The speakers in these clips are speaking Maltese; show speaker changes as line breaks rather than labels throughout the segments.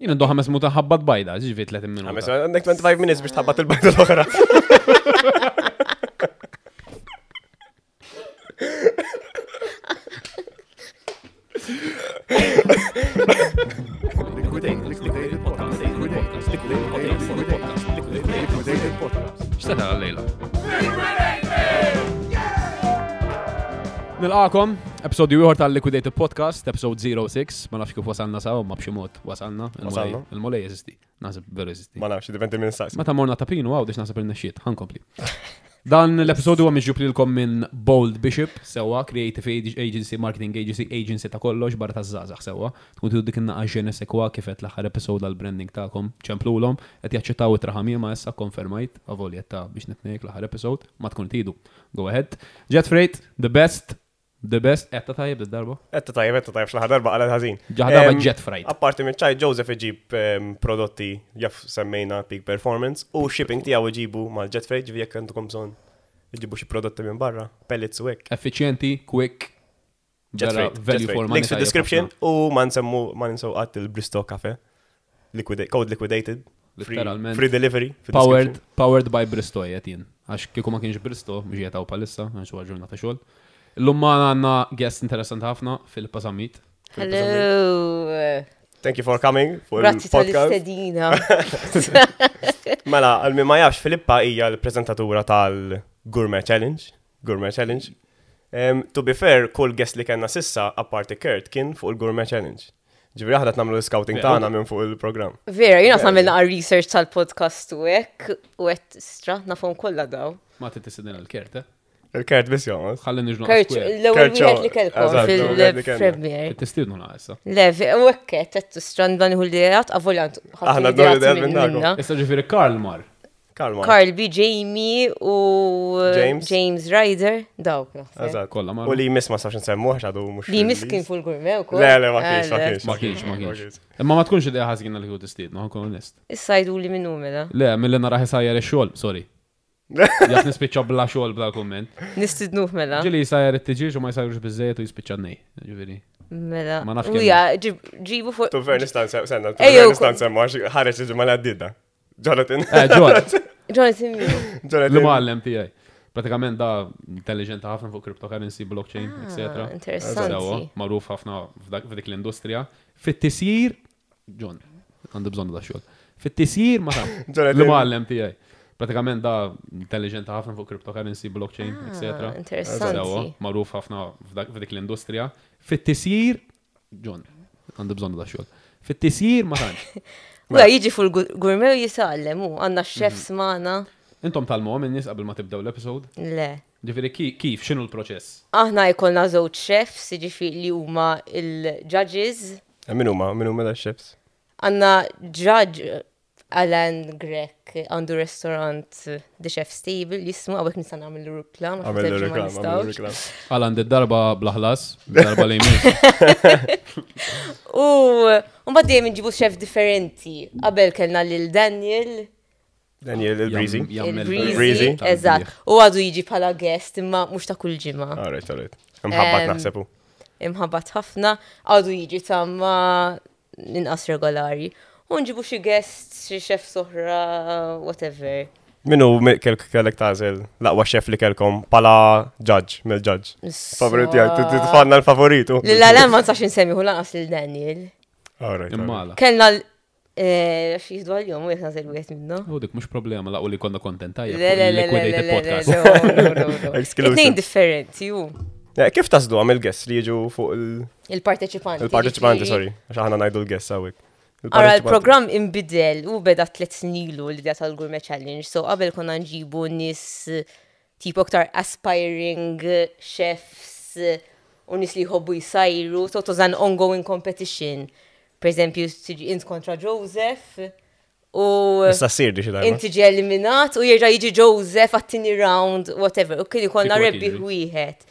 Jina ndu ħames muta ħabbat bajda, ġivi 30
Għames,
minuta.
għandek 25 minutes biex tabat il-bajda l-oħra.
Xtata għallejla. Nilqakom, episodju ieħor tal-Liquidated Podcast, episode 06, ma nafx kif wasalna sa, ma b'xi mod wasalna.
Wasalna.
il-mulej- Il-molej jeżisti, nasib veru jeżisti.
Ma nafx, diventi minn saqs.
Meta morna ta' pinu, għaw, biex nasib il-nexiet, ħankompli. Dan l-episodju għam iġuplilkom minn Bold Bishop, sewa, Creative Ag- Agency, Marketing Agency, Agency ta' kollox, barra ta' zazax, sewa. Tkun tiddu dik inna għaxġene sekwa kifet l-axar episod għal-branding ta'kom, ċemplulom, għet jaċċettaw it-raħamir ma' essa konfermajt, għavol jetta biex netnejk l-axar episod, ma tkun tiddu. Go ahead. Jet Freight, the best, the best, eh, għetta tajib d-darba.
Etta tajjeb, etta tajjeb, xlaħa darba għalet ħazin.
Ġaħa darba jet freight.
Apparti minn ċaj, Joseph iġib em, prodotti jaff semmejna Peak Performance u shipping tijaw iġibu mal jet freight ġivi jek għandukom bżon. Iġibu xie prodotti minn barra, pellets u hekk.
Efficienti, quick,
Jet
Eh, vera
Freight,
value
Jet
for
Freight.
money.
Links fil
tajjeb
description
ħafna.
u ma nsemmu ma ninsaw qatt il-Bristow Cafe. Liquida- Code liquidated. Free-
Literalment.
Free delivery. fil
Powered,
description.
powered by Bristow jgħetin. Għax kieku ma kienx Bristow, mux jgħetaw palissa, għax huwa ġurnata xogħol. Illum ma għandna guest interessant ħafna Filippa Samit.
Hello.
Thank you for coming for
Grazzi
il-podcast.
tal-istedina.
Mela, għal-min ma jafx Filippa hija l-prezentatura tal-Gourmet Challenge. Gourmet Challenge. Em, to be fair, kull guest li kena sissa, apparti Kurt, kien fuq il-Gourmet Challenge. Ġivri ħadat namlu l-scouting
Vera.
tagħna minn fuq il-programm.
Vera, jina
Vera.
għamilna għal research tal-podcast u ek, u għet stra, nafon kolla daw.
Ma t-tissidin l-kert, eh?
Il-Kurt biss jom.
Ħalli nġnu
Kerċ,
għaskwet.
l-ewel
Kerċ,
wieħed li
eżatt,
kelkom
l-ewwel wieħed li kellna.
fil-premier.
T-tistidnu għassa.
Levi, u ekket, għet strand dan iħu l-idejat, għavoljant.
Aħna dawn l-idejat minn dakom.
Issa ġifiri Karl Mar.
Kalma.
Carl B. Jamie u
James.
James Ryder, dawk. naħseb.
Eżatt.
Kolla mar.
U li mis ma sax nsemmu għadu mux.
Li miskin fuq il-gurme u
Le, le, ma kienx, ma kienx.
Ma kienx, ma kienx. Imma ma tkunx id-għa ħazgina li kħu t-istidnu, għankun onest.
Issajdu li minnu mela.
Le, mill-li naraħi sajjar xol, sorry. Jaf nispiċċa bla xol bla komment.
Nistidnuh mela.
Ġili jisajjar it-tġiġ u ma jisajrux bizzejt u jispiċċa nej. Ġifiri.
Mela.
Ma nafx
U
kemm-
ja, ġib- ġibu fuq.
Tu ver nistan sem, senna, tu
Ejjew,
ver nistan
kol-
sem, għax ħareċ iġi mala d-didda. Jonathan.
Eh, George.
Jonathan Mew.
Jonathan.
L-muallem tijaj. Pratikament da intelligenta ħafna fuq cryptocurrency, blockchain, etc.
Ah, interessanti.
Maruf ħafna f'dak- f'dik l-industrija. Fit-tisjir, John, għandu bżonnu da xogħol. Fit-tisjir ma ta'
Jonathan.
l-muallem tijaj. Pratikament da intelligenta ħafna fuq cryptocurrency, blockchain,
Ah,
etc.
Interessanti.
Maruf ħafna f'dak- f'dik l-industrija. Fit-tisjir, John, għandu bżonnu da xogħol. Fit-tisjir ma tantx.
Ula Mela, jiġi fuq il-gurmew jisallem, u għanna chef smana.
Intom tal-mo minn nies qabel ma tibdew l-episode.
Le.
Ġifieri ki- kif, x'inhu l-proċess?
Aħna jkollna żewġ chefs, jiġifi li huma il-judges.
Minu ma, minu ma da xeps.
Għanna judge Alan Grek għandu restaurant The Chef's Table jismu għawek nisan għamil rukla, ma
Għamil
xtaqt ma
reklam, għamil
nistawx.
reklam.
Għalan darba blaħlas, darba li jmiss.
U mbagħad dejjem inġibu chef differenti. Qabel kellna lil Daniel,
Daniel il-Breezy. Breezy.
il-Breezy, eżatt. U għadu jiġi bħala guest imma mhux ta' kull ġimgħa.
Alright, alright. Mħabbat
Em,
naħsebu.
imħabbat ħafna, għadu jiġi tamma inqas regolari. Unġibu xi guest, xi chef soħra, whatever.
Minu mi- kel- kellek tażel laqwa xef li kelkom pala judge, mill judge. Favoriti għaj, titfanna l-favoritu.
L-għalem ma nsax nsemmiħu lanqas lil Daniel.
Alright. alright.
Immala.
Kellna l- eh, xi jihdu għal-jom u jek nażel wieħed minnu.
U dik mux problema, laqu li konna kontenta.
Le, le, le, le, le, le, le,
podcast.
no, no, no, no.
Exclusive.
Itnejn differenti, u
Eh, Kif tasdu għamil guest li jiġu fuq il-
il-parteċipanti.
il-parteċipanti,
ġifieri.
sorry, għax aħna najdu l-guest għawik.
Ara l-program imbidel u beda tlet snilu li data l-Gourmet Challenge, so qabel konna nġibu nis eh, tipo ktar aspiring eh, chefs eh, u nis li jħobbu jisajru, so to zan ongoing competition. Per eżempju, tiġi int kontra Joseph u
Nista' ssir di xi darba.
inti ġi eliminat u jirġa jiġi Joseph għattini round, whatever, u kien konna
Kif
rebbi
għad jiġri?
wieħed.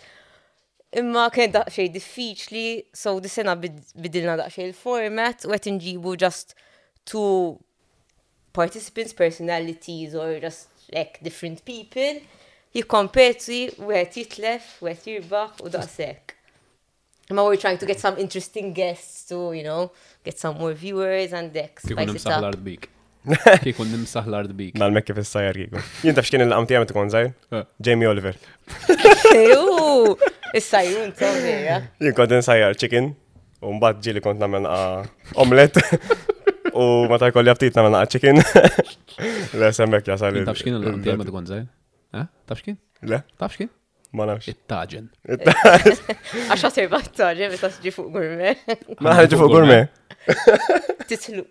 Imma kien daqxej diffiċli, so di sena bid- bidilna daqxej il-format u għet nġibu just two participants, personalities or just like different people jikkompeti u għet jitlef u għet jirbaħ u daqsek. Ma we're trying to get some interesting guests to, you know, get some more viewers and decks.
Kikun
Spice it
nimsaħ
up.
l-art bik. Kikun nimsaħ l-art bik.
Nal-mekki fil-sajjar kiku. Jinta fxkien il-laqam tijamet ikon zaħir?
Eh.
Jamie Oliver.
Ew! uh, Issa jun, eh. tawni, ja.
Jien kont insajjar chicken, u mbagħad ġieli kont nagħmel naqa omelet. U ma ta' kolli aptit nagħmel naqa chicken. Le semmek jasal. il-
Tafxkin l-lum
il-
tijem għad għonżaj? Tafxkin?
Le,
Tafxkin?
ma nafx.
It-taġen.
Għaxa serba t-tarġe, betta s-ġi fuq gurme.
Ma ħarġu fuq gurme.
Titħlu,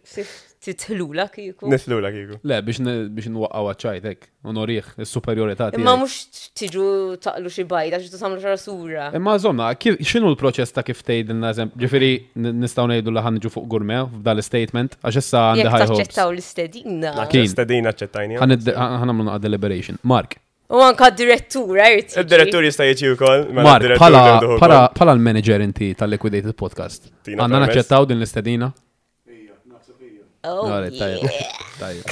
titħlu la kiku.
Nitlu la kiku.
Le, biex ne- biex nwaqqa għacċajtek, unoriħ, il-superiorità
Imma
tiegħek.
mux tiġu taqlu xi bajda, ġitu samlu xara sura.
Imma zomna, xinu l-proċess ta' kif tgħidilna eżemp? Ġifieri n- nistgħu ngħidu li ħanġu fuq gurme f'dal statement għax issa għandi
Jek
high hopes.
taċċettaw l-istedina.
Kien.
Stedina ċettajni.
Ħanid- ħan- Ħanamlu naqa deliberation. Mark,
U anka d-direttura, jrit.
Il-direttur jista' jiġi wkoll. mela
Mark,
d-direttur jgħidu
pala,
wkoll.
pala, pala l-manager inti tal-liquidated podcast.
Tina
Għanna
permess.
naċċettaw din l-istedina?
Oh,
Għalet,
yeah.
tajjeb. Tajjeb.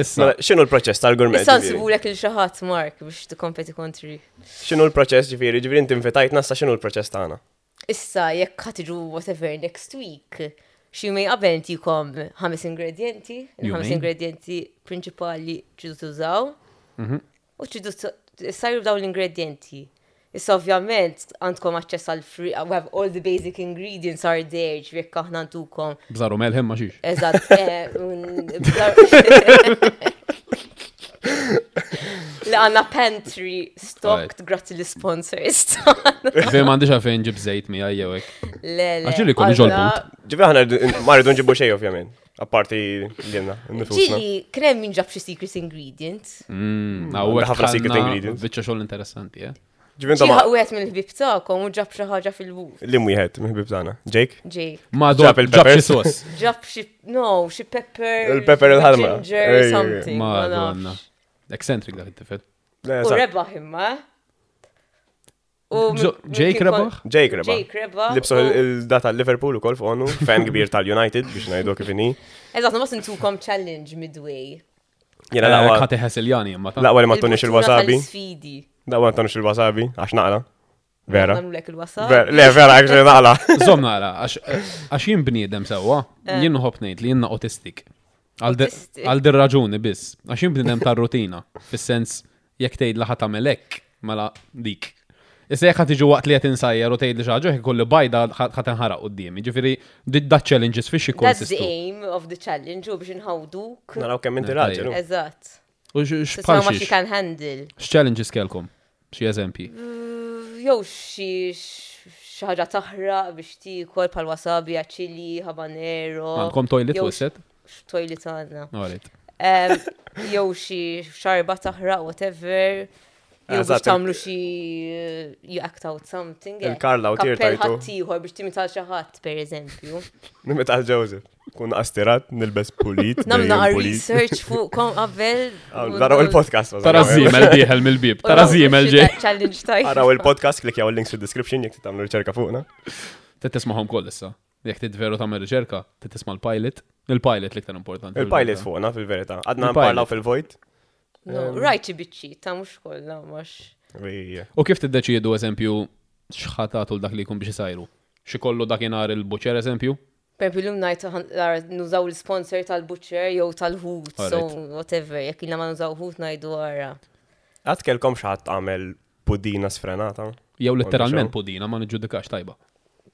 Issa,
Mela, X'inhu l-proċess tal-gurme?
Issa
ġifieri?
nsibu l-ek il-xaħat, Mark, biex t-kompeti kontri.
X'inhu l-proċess ġifieri? Ġifieri inti invitajtna sa x'inhu l-proċess tagħna?
Issa, jekk ħatiġu whatever next week, xi mej qabel intikom ħames ingredienti, il-ħames
Jumejn.
ingredienti prinċipali ċidu tużaw, u ċidu sajru dawn l-ingredienti. Issa ovvjament għandkom aċċess għal free, uh, we have all the basic ingredients are there, ġifieri jekk aħna ntukom.
bżaru melħem maċiċ.
Eżatt, eh, un- bla- La għanna pantry stocked grazzi li sponsors.
Fej mandiċa fejn ġib zejt mi Mm, għajjewek.
Le, le.
Għaxilli kollu
għalla-
ġolbut.
Ġifieri aħna ma rridu nġibu xejn ovvjament. Apparti l-jenna, nifusna.
Ġili, krem minn ġab xie secret ingredient.
Mm.
Għawek
ħafna secret ingredients.
Bicċa xoll interessanti, eh?
Ġifieri
Ġi
ta' ma'
ħaqwet minn l-ħbib ta'kom u ġab xi ħaġa fil-buf.
li mwieħed miħbib tagħna. Jake?
Ġi,
Ma
Ġab
dob
il-peppers.
il-ġabċi sos.
ġab xi, no, xi pepper.
Il-pepper il-ħalma. Ej,
Ginger,
ej, ej.
something.
Ma
Ma
donna.
nafx.
Eccentric dak it-tifel.
Le,
U
sa-
rebaħ imma. U min-
Zo-
min
Jake
kien kon-
rebaħ?
Jake reba.
Jake rebaħ.
Libso
u-
il-data l-Liverpool u kol fuqonu, fan kbir tal-United biex najdu kifini.
Eżat, ma sintukom challenge midway.
Jena laqwa
Eh, Kati ħasiljani, imma ta'
laqwa li ma tonix il-wasabi,
sfidi
laqwa ma tonix il-wasabi, għax naqla. Vera.
Namlu lek il-wasabi.
Ver- Le, vera, għax naqla.
Zomna għala, għax jien bniedem sewa, jien noħob ngħid li jiena autistik. Għal di-
Eh. Autistic.
għal dir raġuni biss, għax jien bniedem tar-rutina, fis-sens jekk tgħid laħat tagħmel hekk, mela dik. Issa jekk ħad tiġi waqt li qed insajjar u tgħid li xi ħaġa jekk ikolli bajda ħadd inħaraq qudiemi. Ġifieri di- da challenges fix
That's the
ikkonsistu.
aim of the challenge u biex nħawduk.
Naraw kemm inti raġel. u.
Eżat.
U x-
Tisma ma xi
x'parxix?
kan handle.
X'challenges kelkom? Xi eżempji.
Jow xi xi ħaġa taħraq biex tikol pal wasabi, chili, habanero.
Għandkom toilet
jew
wisset?
x- Toilet għandna.
Għalit.
Em, Jew xi xarba taħraq, whatever. Jew biex
Eżatt,
tagħmlu xi eh, you act out something. eh.
Il-Karla u tir
Kappell
tajtu.
ħaddieħor biex timital xi ħadd pereżempju.
Nimet għal Joseph. Kun astirat, nilbes pulit.
Namna
dejjem
għal
pulit.
research fuq kom qabel.
Għaw,
u-
Naraw il-podcast. ma
Tara
zaħir.
zimel diħel mill-bib,
u-
tara
u-
zimel
xi
ġej.
ta- Challenge tajt.
Araw il-podcast, klikjaw il-links fil-description jek titamlu riċerka fuqna.
Titismaħom koll issa. Jek tidveru tagħmel riċerka, titisma' l-pilot. Il-pilot l-iktar importanti.
Il-pilot fuqna fil-verita. Għadna
Il-pilot.
nparlaw fil-vojt.
No, rajt xi biċċi, ta' mhux kollha mhux.
Vi-
U kif tiddeċiedu eżempju xħatatu l-dak li jkun biex isajru? Xikollu dakinhar il-buċer eżempju?
Pepi l-lum najt ħan- nar- nużaw il-sponsor tal-butcher jew tal-ħut, so
Alright.
whatever, jek ilna ma nużaw ħut najdu għara.
Għad kelkom xaħat għamel pudina sfrenata.
Jew
xew.
letteralment podina ma niġġudikax tajba.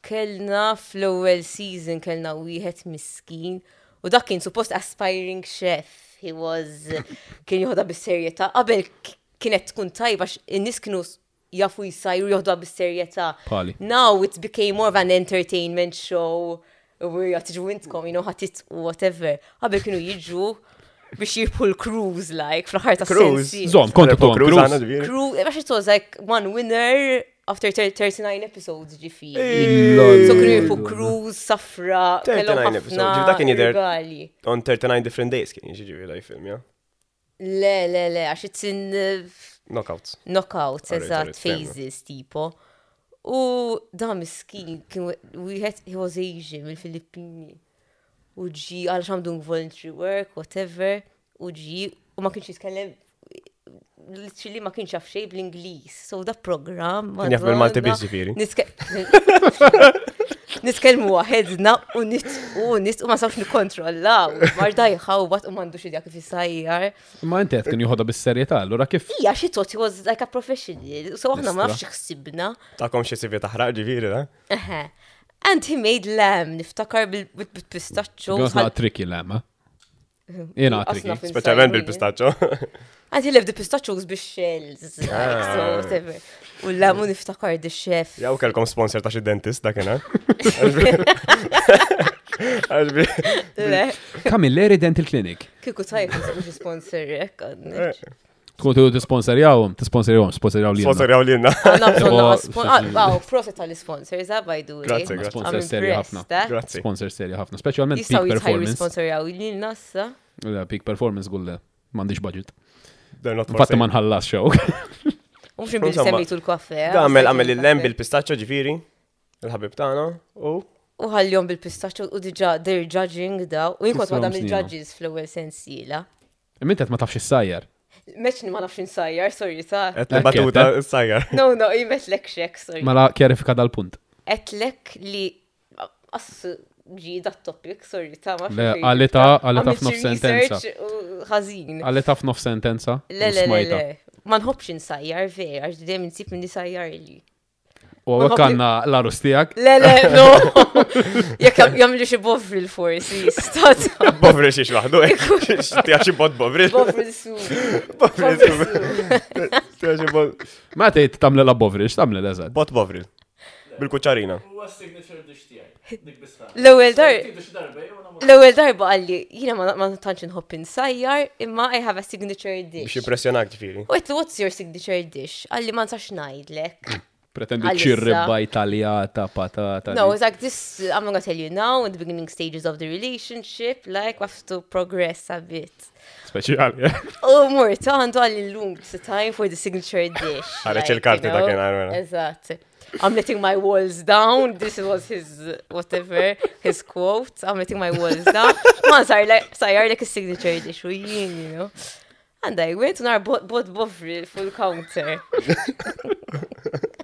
Kellna fl-ewwel season kellna wieħed miskin u dak kien suppost aspiring chef. He was kien joħda bis-serjetà. Qabel k- kienet tkun tajba x- in-nies kienu s- jafu jsajru joħda bis-serjetà.
Pali.
Now it became more of an entertainment show where jgħatġu intkom, you know, ħatit u whatever. Qabel kienu jiġu biex jirbħu l-cruise, like, fl-ħar ta'
Cruise?
sensi.
Zom, kontu tom,
għana
Cruz.
ġviri.
Cruise, għax it was like one winner after thir- 39 episodes ġifi.
Eh.
So kienu jirfu cruise, safra, kellhom
39
ħafna
episodes, dak kien jidher-
regali.
On 39 different days kien jiġi daj film, ja?
Le, le, le, għax it's in uh,
Knockouts.
knockouts,
Alright,
eżat,
alright, fair
phases, tipo. U da miskin, kien wieħed he was Asian mill-Filippini. U ġi għal xamdu voluntary work, whatever, u ġi, u ma kienx jitkellem literally ma kienx jaf xejn bl-Ingliż. So da program.
Kien jaf bil-Malti biss ġifieri.
Niskelmu għahedna u nit u nit u ma sawx nikontrollaw. Marda jħaw bat u mandu xidja kif jisajjar.
Ma inti qed kien joħodha bis-serjetà, allura kif?
Ija xi tot he was like a professional. So aħna ma nafx ħsibna.
Takom xie CV taħraq ġifieri, da?
Eħe. And he made lamb, niftakar bil-pistaccio.
Għos naqgħod triki lema. eh? Jena triki.
Speċjalment bil-pistaccio.
And he left the pistachios bix shells.
Ah.
like, So whatever. U l-lamu niftakar the chef.
Jaw kelkom sponsor ta' xi dentist dak kien, Għaxbi.
Le,
Camilleri Dental Clinic.
Kiku tajk mux sponsor eh, jek.
Eh. Tkun tu tisponsorjawhom, tisponsorjawhom, sponsorjaw li.
Sponsor jaw li jenna.
Għanna bżonna
Ewa,
sponsor. Għaw, ah, proset tal-sponsors, għabaj duri.
Grazie, grazie.
Sponsor seri ħafna.
Grazzi.
Sponsor serja ħafna, speċjalment
Jistaw
peak
jitħajru
performance.
sponsor jgħu li nassa.
Le, Peak performance gulle m'għandix budget.
They're not for
Fatta ma
sale.
nħallas xew.
Mux nbidi
Insomma,
semmejtu eh? l-kaffe.
Da għamel għamel il-lem bil-pistaccio ġifiri. Il-ħabib tagħna. U
U ħalljon bil-pistaccio u diġa, they're judging daw. U jinkot ma
Tisfahom
dam
snina.
il-judges fl-ewel sensila.
Mintet ma tafx is-sajjar.
Meċni ma nafx insajjar, sorry, sa.
qed batuta
Ekketta.
s-sajja.
No, no, jimet lek xek, sorry.
Mela kjarifika dal-punt.
etlek li assu ġi da topic, sorry, ta' ma'
Le,
xejn.
għalita, għalita
Għamilt
f'nof
xi
sentenza.
research u Ħażin.
Għalita f'nof sentenza. u
Le, le, le,
smajta.
le. Ma nħobx insajjar veri, għax dejjem insib minn nisajjar li.
U
Ma
għak
nħobb-
għanna l-arus tijak.
Le, le, no! Jek jam- jamlu xi bovril forsi, stat.
Bovri xiex waħdu. Tijax xi bot bovri.
Bovril su.
Bovri.
Bovril su.
Tijax xi bot.
Ma tejt tamle la bovrix, tamle l-eżad.
Bot bovri. Bil-kuċarina.
Huwa signature dish tiegħek. Dik bistaq.
L-ewwel dar.
Tidu xi darba jew nagħmlu.
L-ewwel darba għalli, jiena ma ma tantx inħobb insajjar, imma I have a signature
Biex
dish.
impressjonak ġifiri.
Wait, what's your signature dish? Għalli ma nsax ngħidlek.
Pretendi
Għalissa.
ċirribba italjata, patata.
No, it's like this. I'm not gonna tell you now in the beginning stages of the relationship. Like, we have to progress a bit.
Speċjali. eh?
Oh, more time long. It's the time for the signature dish.
Għareċ il-karti ta' kien għarmela.
Eżat. I'm letting my walls down. This was his uh, whatever his quote. I'm letting my walls down. Man, sorry, like sorry, like a signature dish. We, you know. And I went on our bot bot bovril full counter.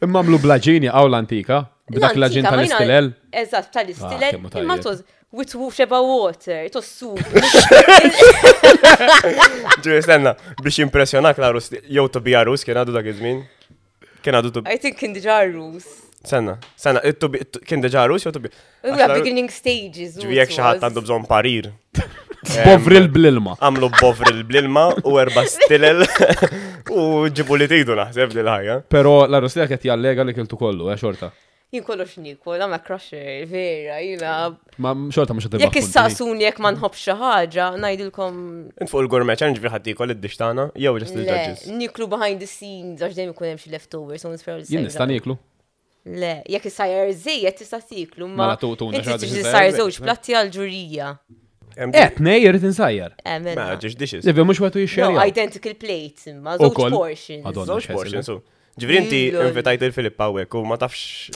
Imma mlu blaġini għaw l-antika. B'dak l-ġin
L-antika, ma jina-
tal-istilel. Ah,
Eżatt, tal-istilel.
kemmu
Imma
tajjeb.
toż, with woof xeba water, it was soup.
Ġu jistenna. Biex impressjonak l-arus. Jow to be arus kien għadu dak iż-żmien. Kien għadu to
I think in the jarus.
Senna, senna, it to be- it- kien deġa arus jow to be.
We were at beginning stages.
Ġivi jek xaħat għandu bżon parir. Eh,
Bovril bl-ilma.
għamlu bovril bl-ilma u erba stilel u ġibu li tidu naħseb li l-ħajja.
Pero l-arus tijak jett jallega li kiltu kollu, eh, xorta.
Jien kollox nikol, I'm a crusher, vera, jina.
Ma xorta mux għatibba.
Jek issaqsuni jek ma nħobb xi ħaġa, ngħidilkom
Int fuq il-gourmet challenge bil ħaddi kol id-dix tagħna jew ġest
le,
il-judges.
niklu behind the scenes għax dejjem ikun hemm xi leftovers, so nisfraw
Jien nista' niklu.
Le, jekk isajjar żejjed tista' tiklu, ma
Mela, tu- tuna xi
inti
ħaġa
tiġi
xi
sar
żejjed.
żewġ platti għall-ġurija.
Hemm
Eh, nej, irrit insajjar.
Emel.
ma ġiex dishes.
Zivi, mux għetu
No,
jixxerja.
identical plates, imma
U
żewġ
koll.
portions.
Madonna,
Żewġ portion,
xħessi.
su. Ġifieri inti
Lol.
invitajt il-Filippa hekk u ma tafx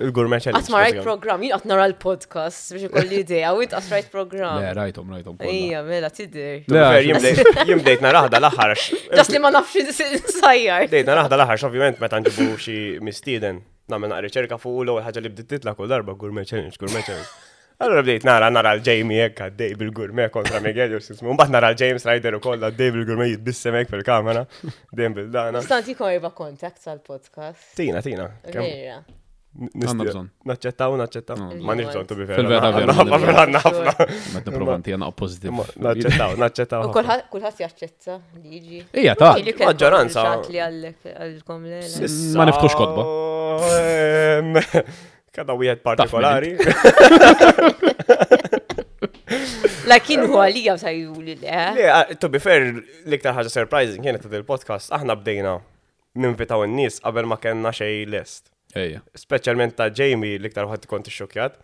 il-gourmet challenge.
Għat ma rajt
bażikament.
program, jien għat nara l-podcast biex ikolli idea, u jint għat rajt
Le,
program.
rajtom, rajtom. kollha.
Ija, mela, tidir.
To be
Le,
fair,
għax-
jien bdejt- Jien bdejt naraħda l-aħħar.
Just li ma nafx insajjar.
Bdejt naraħda l-aħħar, ovvjament meta nġibu xi mistieden. Nagħmel naqra riċerka fuq u l-ewwel ħaġa li bdiet titla' kull darba gourmet challenge, gourmet challenge. Allora bdejt nara nara l-Jamie hekk għaddej bil-gourmet kontra Miguel Jursis. Mbagħad nara l-James Ryder ukoll għaddej bil-gourmet jitbissem hekk fil-kamera. Dejjem bil-dana.
Stanti kon erba kontakt għal-podcast.
Tina, tina. kemm
Vera.
Għanna
nistgħu-
bżonn.
Naċċettaw, naċċettaw. Ma nix bżonn, to be fair.
Fil-vera,
Għanna-
vera,
għanna-
vera.
għanna ħafna.
Ma t-provanti għana oppozitiv.
Ma- Naċċettaw, naċċettaw.
U
ħafna.
kolħat jaċċetta li jiġi.
Ija, ta'
Li kelkom
Ah, maġġoranza.
il-xat li għallek għalkom le.
Ma niftux kotba.
Em, Kada wieħed partikolari.
Lakin huwa li għaw sajju li le.
Le, a- to be fair, l-iktar ħaġa surprising kienet ta' il-podcast, aħna bdejna ninvitaw n-nis qabel ma kellna xej list.
Ija.
Speċjalment ta' Jamie l-iktar ħadd kont ixxokjat.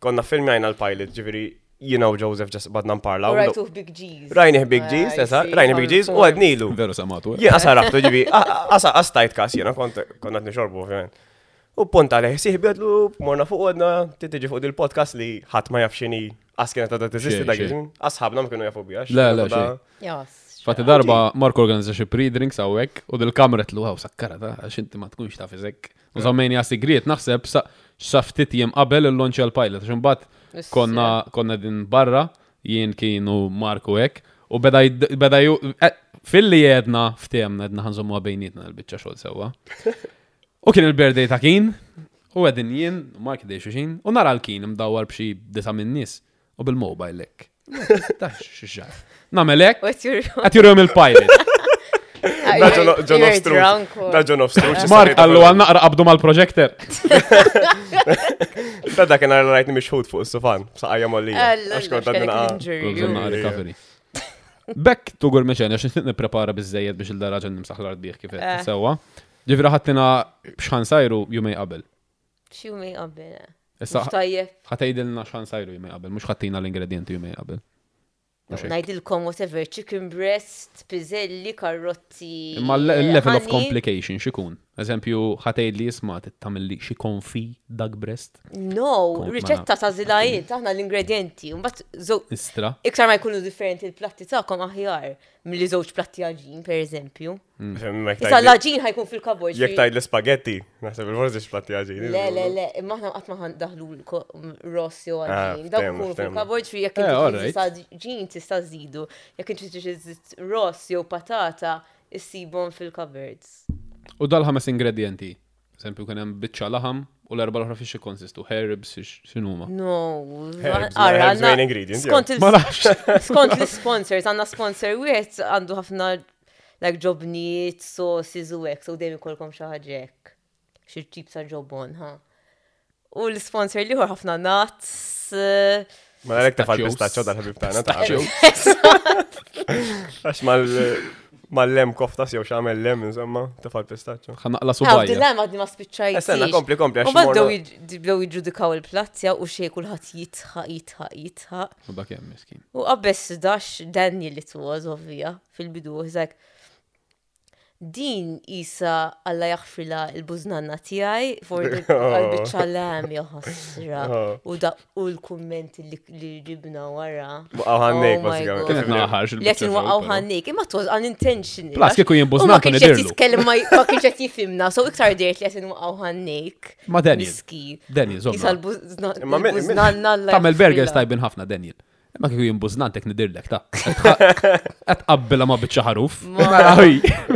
Konna filmjajna l-pilot, ġifieri jiena u Joseph ġas badna
U
nparlaw.
rajtuh Big G's.
Rajni Big G's,
Ah, I
tesa,
see,
rajni Big
how
G's u
informed.
għadnilu.
Veru samatu. eh?
Jien qasar raftu ġibi, qasa qastajt kas jiena kont konna qed nixorbu ovvjament. U punt għalih sieħ bjadlu morna fuq għodna titiġi fuq il-podcast li ħadd ma jafxini qas kienet għadha tiżisti
Xej,
dak
xej.
iż-żmien. Asħabna ma kienu jafu biha.
Le, le,
xorta.
xej.
Jas.
Fati darba Marko organizza xi pre-drinks hawnhekk u dil-kamra tlu hawn sakkara ta' għax inti ma tkunx taf iżek. U żammejni għas sigriet naħseb sa sa ftit jiem qabel il-launch għal-pilot għax imbagħad
Issa.
konna konna din barra jien kienu Marko hekk u beda jd- beda ju eh, filli jedna ftemna edna ħanżommu bejnietna l-biċċa xogħol sewwa. U kien il-birthday ta' kien, u għedin jien, u ma kidej xuxin, u nara l-kien mdawar bxie disa minn nis, u bil-mobile lek. Tax xuxar. Namelek,
What's your...
għat jurum il-pilot.
Da John of
drunk
Struth.
or-
Da John of
Eh,
Struth.
Mark, għallu għal naqra qabdu mal-proġekter.
Da da kena rajtni mixħut fuq s-sofan. Saqajja mollija.
Alla,
Għax kont għadna naqa.
Għallu
Ah, injury.
recovery. Bekk tu għur meċen, għax nistniq niprepara bizzejed biex il-daraġa nimsaħ l-ardbieħ kif
Eh.
sewa. Ġifra ħattina bxħan sajru jumej qabel.
Xju mi qabbina.
Issa
Tajjeb,
ħatajdilna xħan sajru jumej qabel, mux ħattina l-ingredienti jumej qabel. Mhux hekk.
najdilkom whatever, chicken breast, pizzelli, karotti.
Imma l-level of
honey.
complication xikun. Eżempju, ħatejd li jisma tittamil li xi konfi dag breast,
No,
Kont ma
riċetta ta' zilajiet, aħna l-ingredienti. Mbagħad zo
istra.
iktar ma jkunu differenti il-platti tagħkom aħjar milli żewġ platti għaġin, per eżempju.
mm,
Issa l-għaġin ħajkun fil-kabord.
Jek tajt l-spaghetti. Naħseb il-forzi xplatti għagġi.
Le, le, le, imma aħna qatt ma ħandaħlu l-rossi u
Ah,
għaġin. Dawk
ftem,
ikunu
ftem.
fil-kabord xri jekk
Eh,
inti
alright.
tista' ġin tista' żidu. Jekk inti tista' ross jew patata, issibhom fil-kabirds.
U dal-ħames ingredienti. Eżempju, kien hemm biċċa laħam u l-erba l-oħra fiex konsistu, herbs, x'inhuma.
No, eh,
Herbs,
ara,
herbs main
għanna-
ingredient, jew?
skont il-
Ma nafx.
skont l-sponsors, għanna sponsor wieħed għandu ħafna like ġobniet, sauces u hekk, so dejjem ikolkom xi ħaġek. Xi ġib sa ġobon, ha. U l-sponsor li ħor ħafna nuts. eh,
Ma l-għalek tafal
Pistachios.
pistaccio dal-ħabib tagħna
Pistachio.
ta' Għax mal- mal-lem koftas jew xamel lem, insomma, tafal pistaccio. Eh,
Ħanaqla
Għaw, dil
subajja.
għaddi ma spiċċajt.
Estenna, kompli, kompli,
U
għax
bad
morna-
bdew jġudikaw il-plazzja u xej kulħadd jitħaq, jitħaq, jitħaq.
U dak hemm miskin.
U qabbess dax Daniel li tuż ovvija fil-bidu, hizak. Din isa alla jaħfrila il-buznanna tijaj, for the għalbiċċalam joħasra.
Oh.
U da u l-kommenti li li ġibna wara.
Waqgħu ħannejk,
Oh my
basikament.
God.
Kien qed naħarx
Li għatin waqaw
il-biċċa.
ħannik, imma tuż unintentionally.
Plus,
għax-
kieku jien
U ma
buznat
kienx
kon
qed
idirlu.
jitkellem, ma ma kienx qed jifimna, so iktar dirt li għatin waqaw ħannik.
Ma Daniel.
Miski.
Daniel,
Isa
zomma.
l-buzna-
Imma min- min-
l-buznanna alla.
Tamel burgers
jaħfrila.
tajbin ħafna, Daniel. Ma kieku jien bużnantek nidirlek ta' qed qabbilha ma biċċa ħaruf.
Ma-
Mela, hi.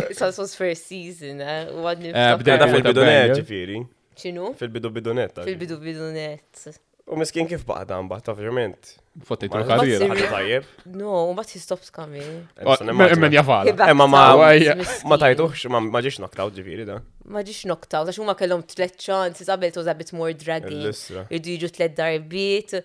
Issa this was first season, eh? U għadni
Eh,
f'daqqa.
bdejna
Għada fil-bidonet,
Banger.
ġifiri.
ċinu?
Fil-bidu bidonetta.
Fil-bidu bidunet.
U miskin kif baqda mbagħad, ovvjament.
Fottejt
Ma-
il-karriera.
Ħaġa tajjeb.
Oh,
No, u bat he stops coming.
Immen jafala.
Kibba-
Emma ma
Għawajja.
ma tajtuħx, ma- ma ġiex knockout ġifiri da.
Ma ġiġ knocked out, għax huma kellhom tlet ċans, isabel tuża bit more dragging.
Il-lisra.
Irdu jiġu tlet darbit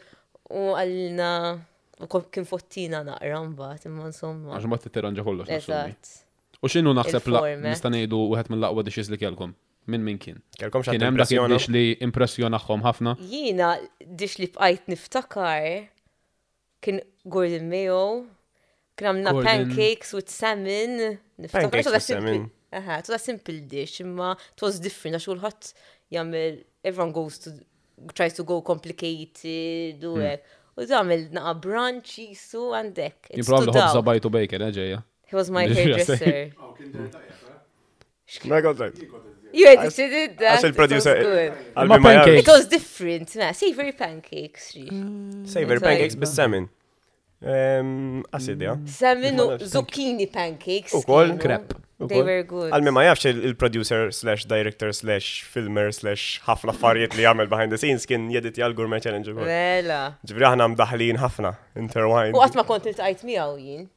u għallna u kom- kien fottina naqra mbagħad, imma insomma.
Għax ma tittiranġa kollox. nassumi.
Eżatt.
U xinu naħseb la
Il-format.
nista' ngħidu wieħed mill-aqwa dishes li kellkom? Minn min kien?
Kelkom xa
Kien hemm dak
impressjoni.
id-dish li impressjonahom ħafna.
Jiena dix li bqajt niftakar kien Gordon Mayo, kien għamna
Gordon-
pancakes with salmon. niftakar,
Pancakes
it was a
with
simple-
salmon.
Aha, it was a simple dish, imma it was different, għax kulħadd jagħmel everyone goes to, tries to go complicated,
Hmm.
u hekk. U tagħmel naqa brunch, jisu għandek. It
Jiprovdu
stood
ħobb
out.
sabajtu bacon, eh, ġeja.
He was my
Did you just say-
hairdresser.
Ma jgħod tajt.
You had to do
Għax
that. it was
il-producer.
good.
Għalbi
Ma
jgħarx.
It was different, ma, savory pancakes, xri.
Savory
Exactly.
pancakes bis-semin. Asidja.
Salmon u
Jifma nafx.
zucchini pancakes.
U kol
kienu.
crepe.
U
They
kol.
were good.
Għalmi ma jafx il- il-producer slash director slash filmer slash ħafna affarijiet li għamel behind the scenes kien jedit jgħal gourmet challenge u kol.
Mela.
Ġifri aħna mdaħlin ħafna interwine.
U għatma kont il-tajt miaw jien.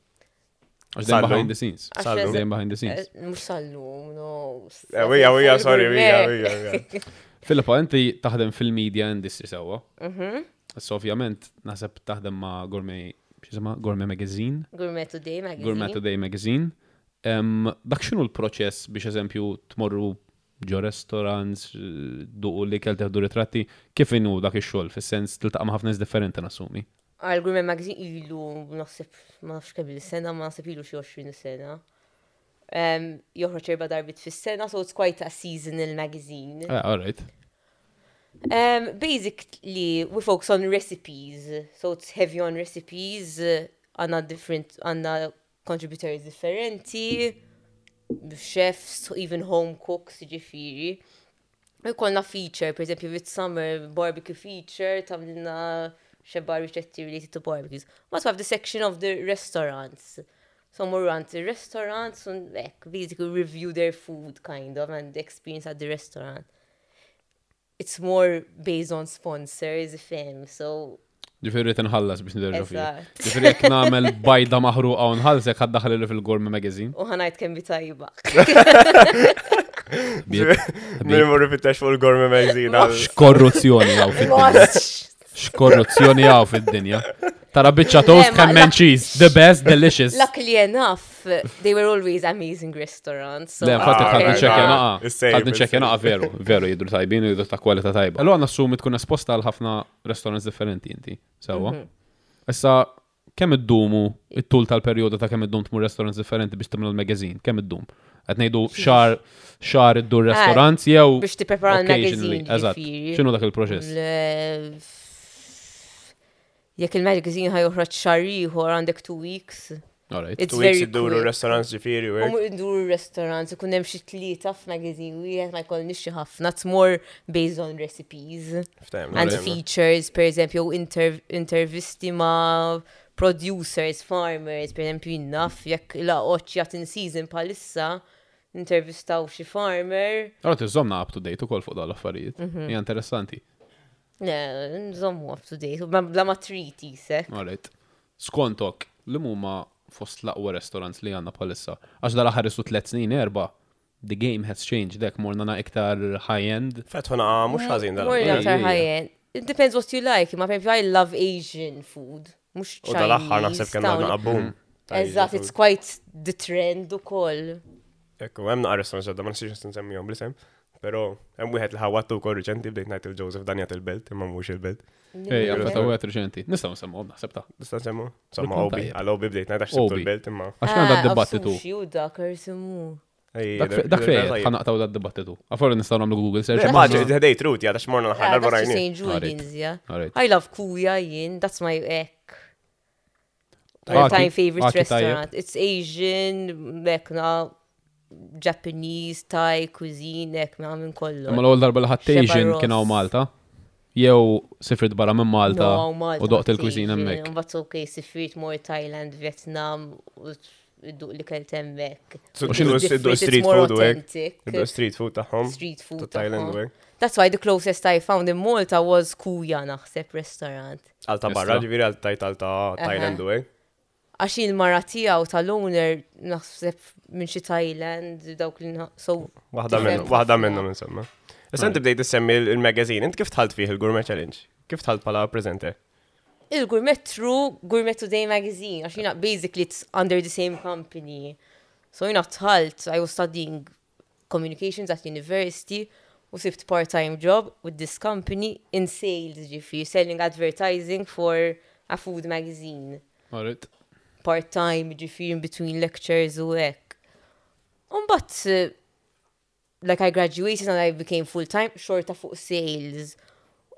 Għax dejjem
Sallu.
behind the scenes.
Għax
Sallu.
Dejjem behind the
Eh,
scenes.
Mux sallu, no.
Eh, Wija, wija, sorry, wija, wija. wija.
Filippa, inti taħdem fil-media industry sewwa. So ovvjament naħseb taħdem ma' Gourmet x'isema Gourmet Magazine,
Gourmet Today magazine.
Gourmet Today Magazine. Em, Dak x'inhu l-proċess biex eżempju tmorru ġo restaurants, duqu li kell teħdu ritratti, kif inhu dak ix-xogħol fis-sens tiltaqa' ma' ħafna nies differenti nassumi.
Għal Ah, Gourmet Magazine ilu, naħseb, ma nafx kemm il-sena, ma naħseb ilu xie 20 sena. Um, Joħroċ erba darbit fis-sena, so it's quite a seasonal magazine.
Ah, all right.
Um, basically, we focus on recipes. So it's heavy on recipes. Anna different, għanna contributors differenti, chefs, even home cooks, ġifiri. Ikolna feature, per esempio, with summer barbecue feature, tamlina xebba riċetti related to barbecues. Must have the section of the restaurants. So more around the restaurants and like basically review their food kind of and the experience at the restaurant. It's more based on sponsors, fam. So
Ġifiri tinħallas biex niderġu fija.
Eżatt.
Ġifiri jek namel bajda maħruqa u nħallsek ħaddaħal li fil-Gourmet Magazine.
uħanajt kem bitajba.
Biet.
Mirmu rifittex fuq il-gormi magazine. għal-
Xkorruzzjoni għaw fil-dinja. Xkorruzzjoni għaw fil-dinja. Tara bicċa toast
Le, ma-
kemm
la-
and cheese. The best, delicious.
Luckily enough, they were always amazing restaurants. So
Le, fatti
Ah,
ħad
eh,
right,
nċekja
right.
naqa.
Is-sejf,
Ħad nċekja
is-sejf.
naqa veru, veru ah, jidru tajbin u jidru ta' kwalità tajba. Allora nassumi tkun esposta għal ħafna restaurants differenti inti, sewa.
Mhm.
Issa, kemm id-dumu it-tul tal-perjodu ta' kemm id-dum tmur restaurants differenti biex timlu l-magazin? Kemm id-dum? Qed ngħidu xar xar id-dur restaurants jew
Eh, biex tipprepara
occasionally.
l-magazine
Eżatt.
ġifieri.
X'inhu dak il-proċess?
Le- Jekk il-magazine ħaj uħroċ xarriħor għandek two weeks.
All right.
It's
Two weeks
very
id-duru
quick.
restaurants ġifiri.
U
work.
mu ndur restaurants, ikun hemm xi tlieta f'magazin wieħed ma jkollniex xi ħafna. It's more based on recipes
Ftajem,
and
ftajem.
features, per eżempju, interv- intervisti ma producers, farmers, per eżempju, jinnaf, jekk la oċċjat in season palissa, intervistaw xi farmer,
Allora tiżomna up to date ukoll fuq dawn l-affarijiet.
Mhm.
Hija interessanti.
ne, nżommu up to date, u bla- bla ma triti se.
All right. Skontok, li huma fost l-aqwa restaurants li għanna palissa. Għax dal aħħar isu tliet snin erba, the game has changed, dek morna na iktar high-end.
Fetħuna għam, mux ħazin dal.
More
Yeah,
than
yeah, yeah.
ħajjen. It depends what you like, ma per I love Asian food, mux
U dal-axħar naħseb kena
Chinese,
għadna
dawn-
boom.
Eżat, it's quite the trend u koll.
Ekku, għem naqra restaurants ġadda, ma nsiġ nistin semmijom blisem. Pero, għem wieħed li ħawattu kol reċenti bdejt najt il-Joseph dan jgħat il-belt, imma mux il-belt.
Ej, għafeta u għet reċenti. Nistaw nsemmu għobna, sebta.
Nistan semmu? Somma,
Rikun
Obi,
tajjeb.
għal-Obi bdejt najt
Obi.
għaxċibtu il-belt, imma.
Għax kien għadda dibattitu.
Ah, U da, kersimu.
Ej,
Dak fe-
dak-
Dak
dak
fejn
tajjeb.
ħanaqtaw da dibattitu. Għafor nistaw namlu Google search.
Le, Maġi, ħdejt rut, jgħat xmorna l-ħar,
Ah,
darba
that's
rajni.
St. Julian's,
Alright.
yeah.
Alright.
I love Kuya Yin, that's my ek.
Taki-
All-time favorite
taki tajjeb.
restaurant. It's Asian, mekna, Japanese, Thai, cuisine, ek, ma minn kollu.
Imma l-għol darba l-ħat
Sheba
Asian
Ross.
kien għaw Malta. Jew sifrit barra minn Malta
No, Malta,
u doqt
not
il-kuzina
Asian,
mek.
But okay, sifrit more Thailand, Vietnam, u id-duq li kelt hemmek.
Su-
U
xinu
It's
s-siddu
different,
street
it's more
food u għek.
authentic.
Iddu street food taħħom.
Street food
To Thailand eh?
taħħom.
u għek.
That's why the closest I found in Malta was Kuya naħseb restaurant.
Alta barra,
Estra.
ġifiri għal tajt alta Thailand eh? u għek.
Għax il-mara tiegħu tal-owner naħseb minn xi Thailand dawk li nħa- so
Wahda
different
minnu, wahda
ħafna.
minnu minsemma. Issa inti E bdejt issemmi il-magazin, inti kif tħalt fih il-Gourmet Challenge? Kif tħalt pala prezenter?
Il-Gourmet True Gourmet Today magazine għax jina basically it's under the same company. So jina tħalt, I was studying communications at university u sibt part-time job with this company in sales ġifiri, selling advertising for a food magazine.
All right.
part-time ġifiri in between lectures u hekk. Umbat, uh, like I graduated and I became full-time xorta fuq sales.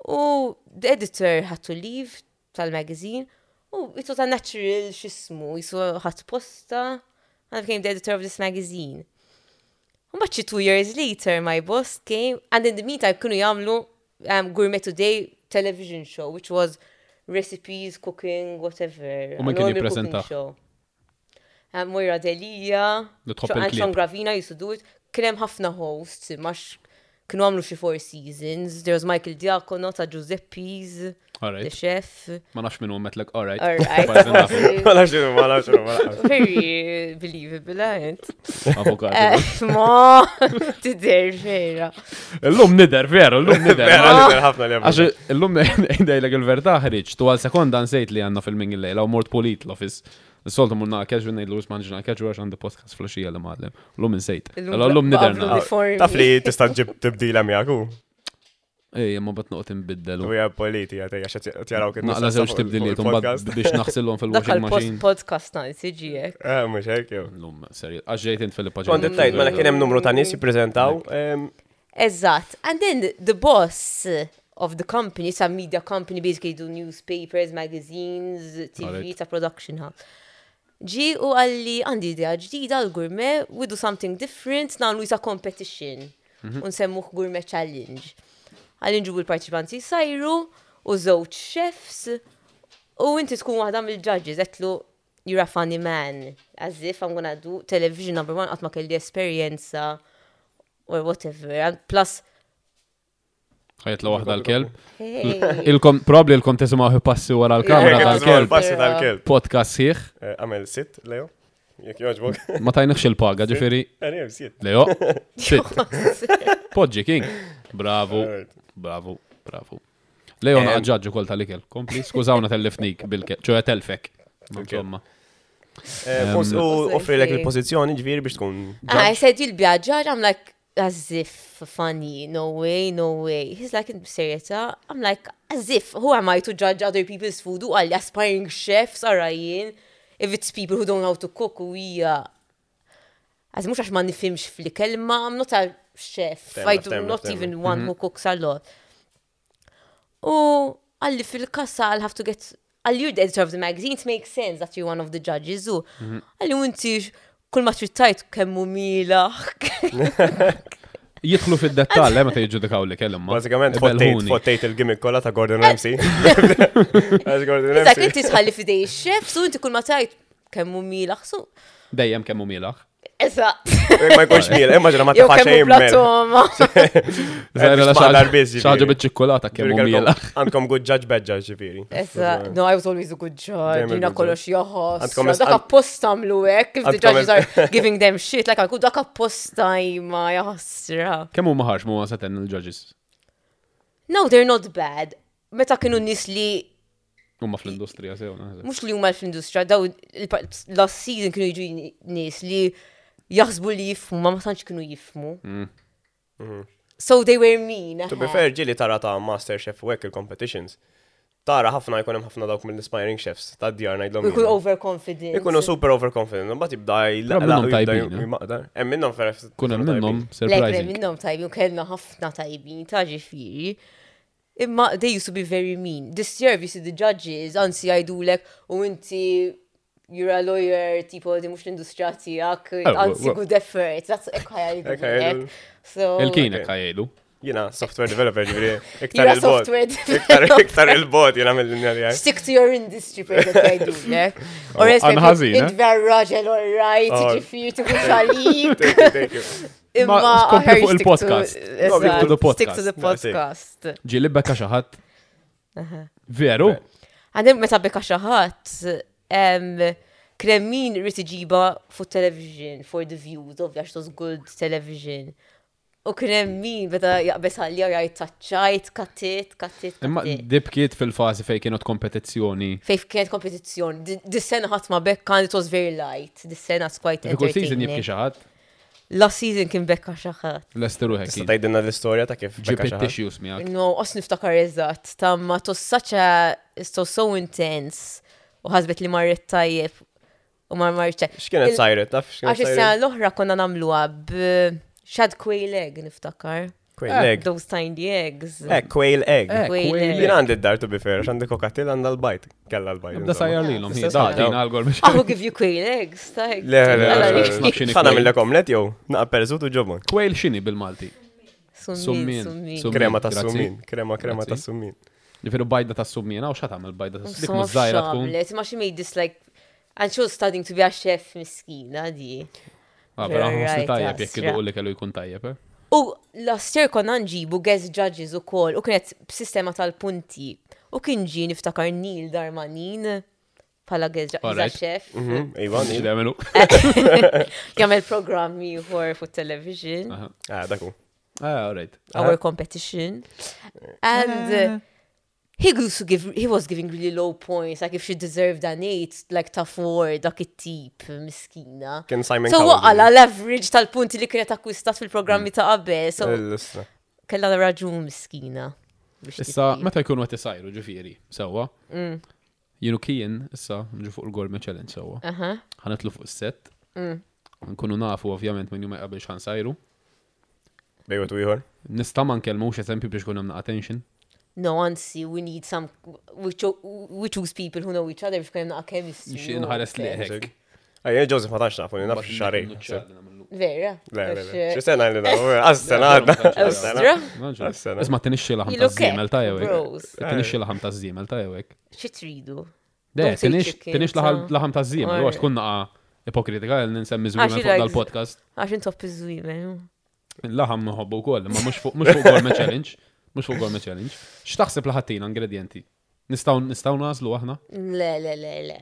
U the editor had to leave tal-magazine u it was a natural xismu, jiswa ħat posta and I became the editor of this magazine. Umbat xi two years later my boss came and in the meantime kienu jagħmlu um, Gourmet Today television show which was recipes, cooking, whatever.
U min
a
kien
normal cooking
jippreżentaħ?
show. Um, Moira Delia,
The top
Xo- and
clip.
Sean Gravina used to do it. Kien hemm ħafna hosts, max kienu għamlu xi four seasons. There was Michael Diacono ta' Giuseppe's,
All
the
right.
chef.
Ma nafx minn u metlek, all right.
All
But enough.
right.
Mala xinu, mala xinu, mala.
Very believable, Eh, right?
Avocado.
Ma, tider vera.
Illum nider, veru, illum nider.
Vera li Eh, ħafna li
Għax
għamlu.
illum dejlek il-verta ħriġ, tu għal sekonda nsejt li għanna fil-ming il-lejla u mort polit l-office. Soltu murna keġu nejlu smanġna keġu għax għandu podcast flasġija li maħdem. L-lum nsejt. L-lum niderna.
Before
Ah, Taf
me.
li tista' ġib tibdila miegħu.
Ej, ma bat noqt imbiddalu.
U hija politi għatej għax qed tjaraw kien.
Naqla zewġ tibdiliet, un bad biex naħsillon
Dak
fil-washing
għal-post
machine.
podcast nan, siġijek.
Eh, Mhux hekk jew.
L-lum, serju. Għax ġejt int Filippa
Kont qed ngħid mela kien hemm numru ta' nies jippreżentaw. em,
Eżatt. And then the boss of the company, some media company basically do newspapers, magazines, TV,
Alright.
ta' production house. ġi u għalli għandi idea ġdida l-gurme, we do something different, nagħmlu jisa competition. Unsemmuh gurme challenge. Għalli nġibu l-partiċipanti jsajru u żewġ chefs u inti tkun waħda mill-judges għetlu you're a funny man. As if I'm gonna do television number one għatma kelli esperjenza or whatever. And plus,
ħajt la waħda l-kelb.
hey,
Il-kom, probabli il-kom tisimaw passi wara
Kamra
l-kamera
Jek
tal-kelb.
tal-kelb.
passi tal-kelb.
Podcast sieħ,
Eh, Għamel sit, Leo. Jek joġbok.
ma tajnax il-paga, ġifiri.
Għanjem sit.
Leo, sit, podġi king. Bravo,
Alright.
bravo, bravo. Leo
Em.
naħġaġu kol tal-ikel. Kompli, skużawna tal-lifnik bil-kelb, ċoja telfek. Ma
Okay.
Insomma.
Eh, pos- U
Posso
offri l
sì.
il-pozizjoni ġviri biex tkun.
I said you'll be a judge. I'm like, as if funny, no way, no way. He's like, in serjeta, I'm like, as if who am I to judge other people's food? U għalli aspiring chefs għarajin, if it's people who don't know how to cook, uh, u hija. Għaz mux għax ma nifimx fil-kelma, I'm not a chef.
Fair
I
enough,
do
fair enough,
not
fair
even one who cooks a lot. U għalli fil-kassa I'll have to get għalli you're the editor of the magazine, it makes sense that you're one of the judges. U għalli unti kull ma trittajt kemmu milaħ.
Jidħlu fil-dettal, ma ta' jġudikaw li kellim.
Bazzikament, fottejt, fottejt il-gimmick kolla ta' Gordon Ramsay. Għax Gordon
Dak
Ramsay.
inti tħalli fidej chef su inti kull ma tajt kemmu milaħ. Su,
Dejjem kemmu milax.
Eh,
eżat,
Jek Ma jkunx mil, imma ġra ma
jew
tafax
kemmu
jemmel.
platoma.
Zaħra la
Spaqlar biz, ġifiri.
xaġa bit-ċikkolata kemmu milax.
Għandkom good judge, bad judge ġviri.
Eżat, no, I was always a good judge,
Dejjem
jina
il-good
kollox joħos.
Għandkom es-
Dak apposta għamlu hekk, if the
Għandkom
judges
es-
are giving them shit, like għakku dak apposta jma jħassra.
Kemmu maħarx mu għasaten il-ġudges.
No, they're not bad. Meta kienu nis li,
Umma fl-industrija sew. naħseb.
mux li huma fl-industrija, daw il- last season kienu jiġu nis li jaħsbu li jifmu, ma ma tantx kienu jifmu. So they were mean.
Mm.
eh.
To be
aha.
fair, ġili tara ta' Master Chef u hekk il-competitions. Tara ħafna jkun hemm ħafna dawk mill-inspiring chefs ta' djar ngħidlhom.
We could
jien.
overconfident.
Ikunu super overconfident, mbagħad jibda
Però minnhom tajbin, eh?
jmaqdar. Hemm minnhom fer.
Kun hemm minnhom
Lekre
surprising.
minnom tajbin, u kellna ħafna tajbin, ta' ġifiri. Imma they used to be very mean. Disservice to the judges, ansi għajdulek, u inti you're a lawyer, tipo, di mux l-industrija tijak, ansi
well-
good effort, that's ekkaj
Ek
għajdulek.
ħajdulek.
So,
Il-kienek
Ok.
ħajdu.
Jina software developer ġifieri iktar
You're a
il-bot.
software
Iktar
developer.
iktar il-bot eh. jiena mill-linja li għaj.
Stick to your industry per dak għajdulek. Or else,
għanħazin, eh?
id-ver raġel, all right,
Oh.
ġifiri, tu għalik.
Thank you, thank you.
Imma
Ma skompli
ħarġ
fuq
stick to-
il-podcast.
Eżatt,
to the
Stick to the
podcast.
podcast.
Ġi li bekka xaħat. Veru?
Għandem meta bika xaħat, krem min rrit iġiba fu television, for the views, ovvja xtos good television. U krem min beda jaqbes għalli għaj taċċajt, kattit, kattit,
Imma
kattit.
dibkiet fil-fazi fej kienet kompetizzjoni.
Fejf kienet kompetizjon, dis-sena ħat ma bekka, and it was very light, dis-sena it's quite
Fikul season jibki
entertaining.
xaħat.
Last season kien bekka xaħat.
L-esteru
Tista'
hekk.
tgħidilna l-istorja ta' kif
Ġib
bekka xi ħadd?
it-tissues miegħek.
No, os niftakar eżatt, ta' ma tos such a, it was so intense, u ħasbet li marret tajjeb, u mar marret tajjeb.
X'kienet sajret, taf
Għax
x'kienet
is-sena
sajret.
l-oħra konna namluha b'xad quail egg niftakar.
Quail egg.
Those tiny eggs.
Eh, quail egg.
Eh,
Quail
quail
egg.
Jien għandi d-dar to be fair, għax għandi kokattil għandha l-bajt. Kella l-bajt.
Nibda
insomma.
sajjar li l-om.
Istess ħaġa.
Daħdin għal-gol biex.
I will give you quail eggs. ta' hekk.
Le, le,
Alla
le,
li-
le,
Isma' x'inhi
le. Fana
quail.
mill-lekom let jow, naqqa perżut u ġobon.
Quail xini bil-Malti. Summin,
Summin, summin.
summin.
Krema ta'
grazzi.
summin, krema, krema ta'
Grazzi.
summin.
Ġifiru bajda ta' summina u xatam il-bajda ta'
Some
summina.
of
Zaħira tkun.
shablet, ma she made this like, and she was studying to be a chef miskina di.
Ah, Pero
Right,
ħosni tajjeb jekk
asra.
idu li kellu jkun tajjeb. eh?
U last year konna nġibu guest judges u kol, u kienet b'sistema tal-punti. U kien ġi niftakar Neil Darmanin pala guest judge, iza
Alright.
chef,
Mhm, Iwan,
Xi
il-
jagħmlu?
jgħamil programmi uħor fu television.
Aha.
Ah, daku.
Ah, all right.
our competition. And uh, he used to give he was giving really low points, like if she deserved an eight, like ta' four, dak it-tip, miskina.
Kien Simon
So
Cowell.
waqqa l-average tal-punti li kienet akkwistat fil-programmi ta' qabel, so
Il-lista.
kella raġun miskina. biex
Issa,
titqis.
meta jkunu għet jisajru ġifiri, sewa.
Mm.
Jienu kien, issa, nġu fuq il-Gourmet Challenge sewa.
Aha.
Ħanetlu fuq set.
Mm.
Nkunu nafu, ovvjament, minn jum ma jqabel xan sajru.
Bejwet u jħor.
Nista ma nkellmu xi eżempju biex kun hemm attention.
No, anzi, we need some, we, cho- we choose people who know each other, biex kena chemistry.
Xi inħares li
okay.
hekk.
Ejja, Ah, Joseph ma tax nafu, li nafx xarej. naħseb.
Vera.
Le, le, le.
għax,
X'sena li nafu, għas-sena għadna.
Ostra.
Għas-sena.
Isma t-nixxi laħam ta'
Ilu
zimel ta'
kek,
jewek.
bros.
T-nixxi laħam ta' zimel ta' jewek.
Xi tridu?
De,
Don't say chicken,
t-nixxi
so-
laħam ta' zimel. Għax
Alright.
kun naqa ipokritika li nsemmi
Ah,
zimel
she
fuq
likes-
dal-podcast.
Għax intopp iż-żwimen.
Laħam nħobbu u koll, ma mux fuq mux fuq Gourmet Challenge. Mux fuq Gourmet Challenge. X'taħseb laħatina ingredienti? Nistaw nistaw nażlu aħna?
Le, le, le, le.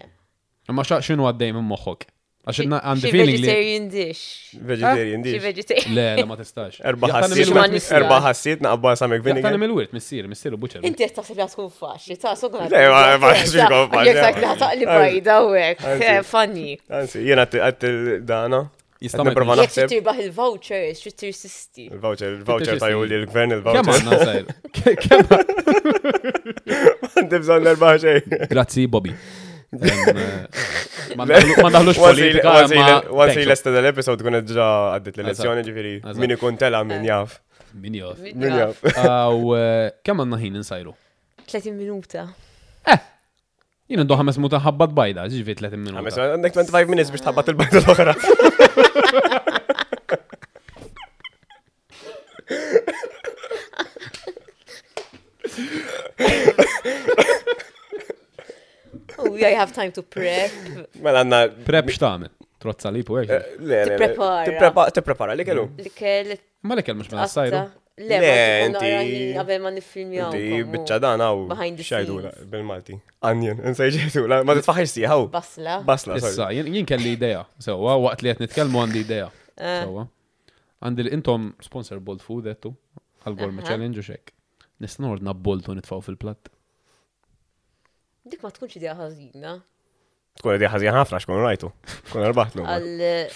Ma xa xinu għaddej minn moħħok? Għax inna-
Xi
għandi feeling li.
vegetarian dish.
Vegetarian
Xi
dish.
vegetarian.
Le, le, ma tistax.
Erba
Jaqtani
ħassiet,
mill-wirt
Xi
mis-
missier.
erba ħassiet naqba samek
Jaqtani
vinegar.
mill-wirt, missier, missier u buċer.
Inti qed taħseb li tkun faċli, ta' sokna.
Le, ma- ma- xi jkun faċli,
Jek
ma-
taqli taqli bajda u hekk. Eh,
Anzi.
Funny.
Anzi, jena għat il-dana.
Jista'
Għadna
ma
prova
jkunx.
Jek
naħseb-
xi tirbaħ il-vouchers, xi tirsisti.
Il-voucher, il-voucher
Inti
ta' jgħu
x'isni?
li l-gvern,
Kemm
il-voucher.
għandna sajr? Kemm
Għandi bżon erba ħaxej.
Grazzi, Bobby. Em, eh, Ma ndaħlu- ma ndaħlux politika.
Once
ma-
il lesta dal-episod kun ġa għaddit l-elezzjoni ġifiri.
Eżatt.
Min ikun tela min
Eh.
jaf.
Min jaf.
Min jaf.
Aw, eh, Kemm għandna ħin insajru?
30 minuta.
Jien ndu ħames muta ħabbat bajda, ġifi 30
Għames,
minuta.
għandek 25 minutes biex tabat il-bajt l-oħra.
Oh, yeah, I have time to prep.
Mela għanna. Eh,
Prep x'tagħmel? Trozza li pu hekk.
Tipprepara.
T-prepara, li kellu.
L-kell
Ma li kelmx mela
għatta.
sajru.
Le,
Le,
ma tkun
inti-
nara ħin qabel ma nifilmjaw.
Inti bicċa dan għaw.
Behind the
Xajdula,
scenes.
bil-Malti. Onion, nsej ġejdula. Ma t-faħħiġ siħaw.
oh, Basla.
Basla, sorry.
Issa, jien jien kelli idea. Sewa, waqt li qed nitkellmu għandi idea.
Eh.
Sewa. Għandi li intom sponsor Bold Food għettu għal-Gorma
Aha.
Challenge u xek. Nista' nordna boltu nitfaw fil-platt.
Dik ma tkunx idea ħażina.
Tkun għedja ħazjan ħafna xkun rajtu. Kun erbaħtlu.
Għal. eh,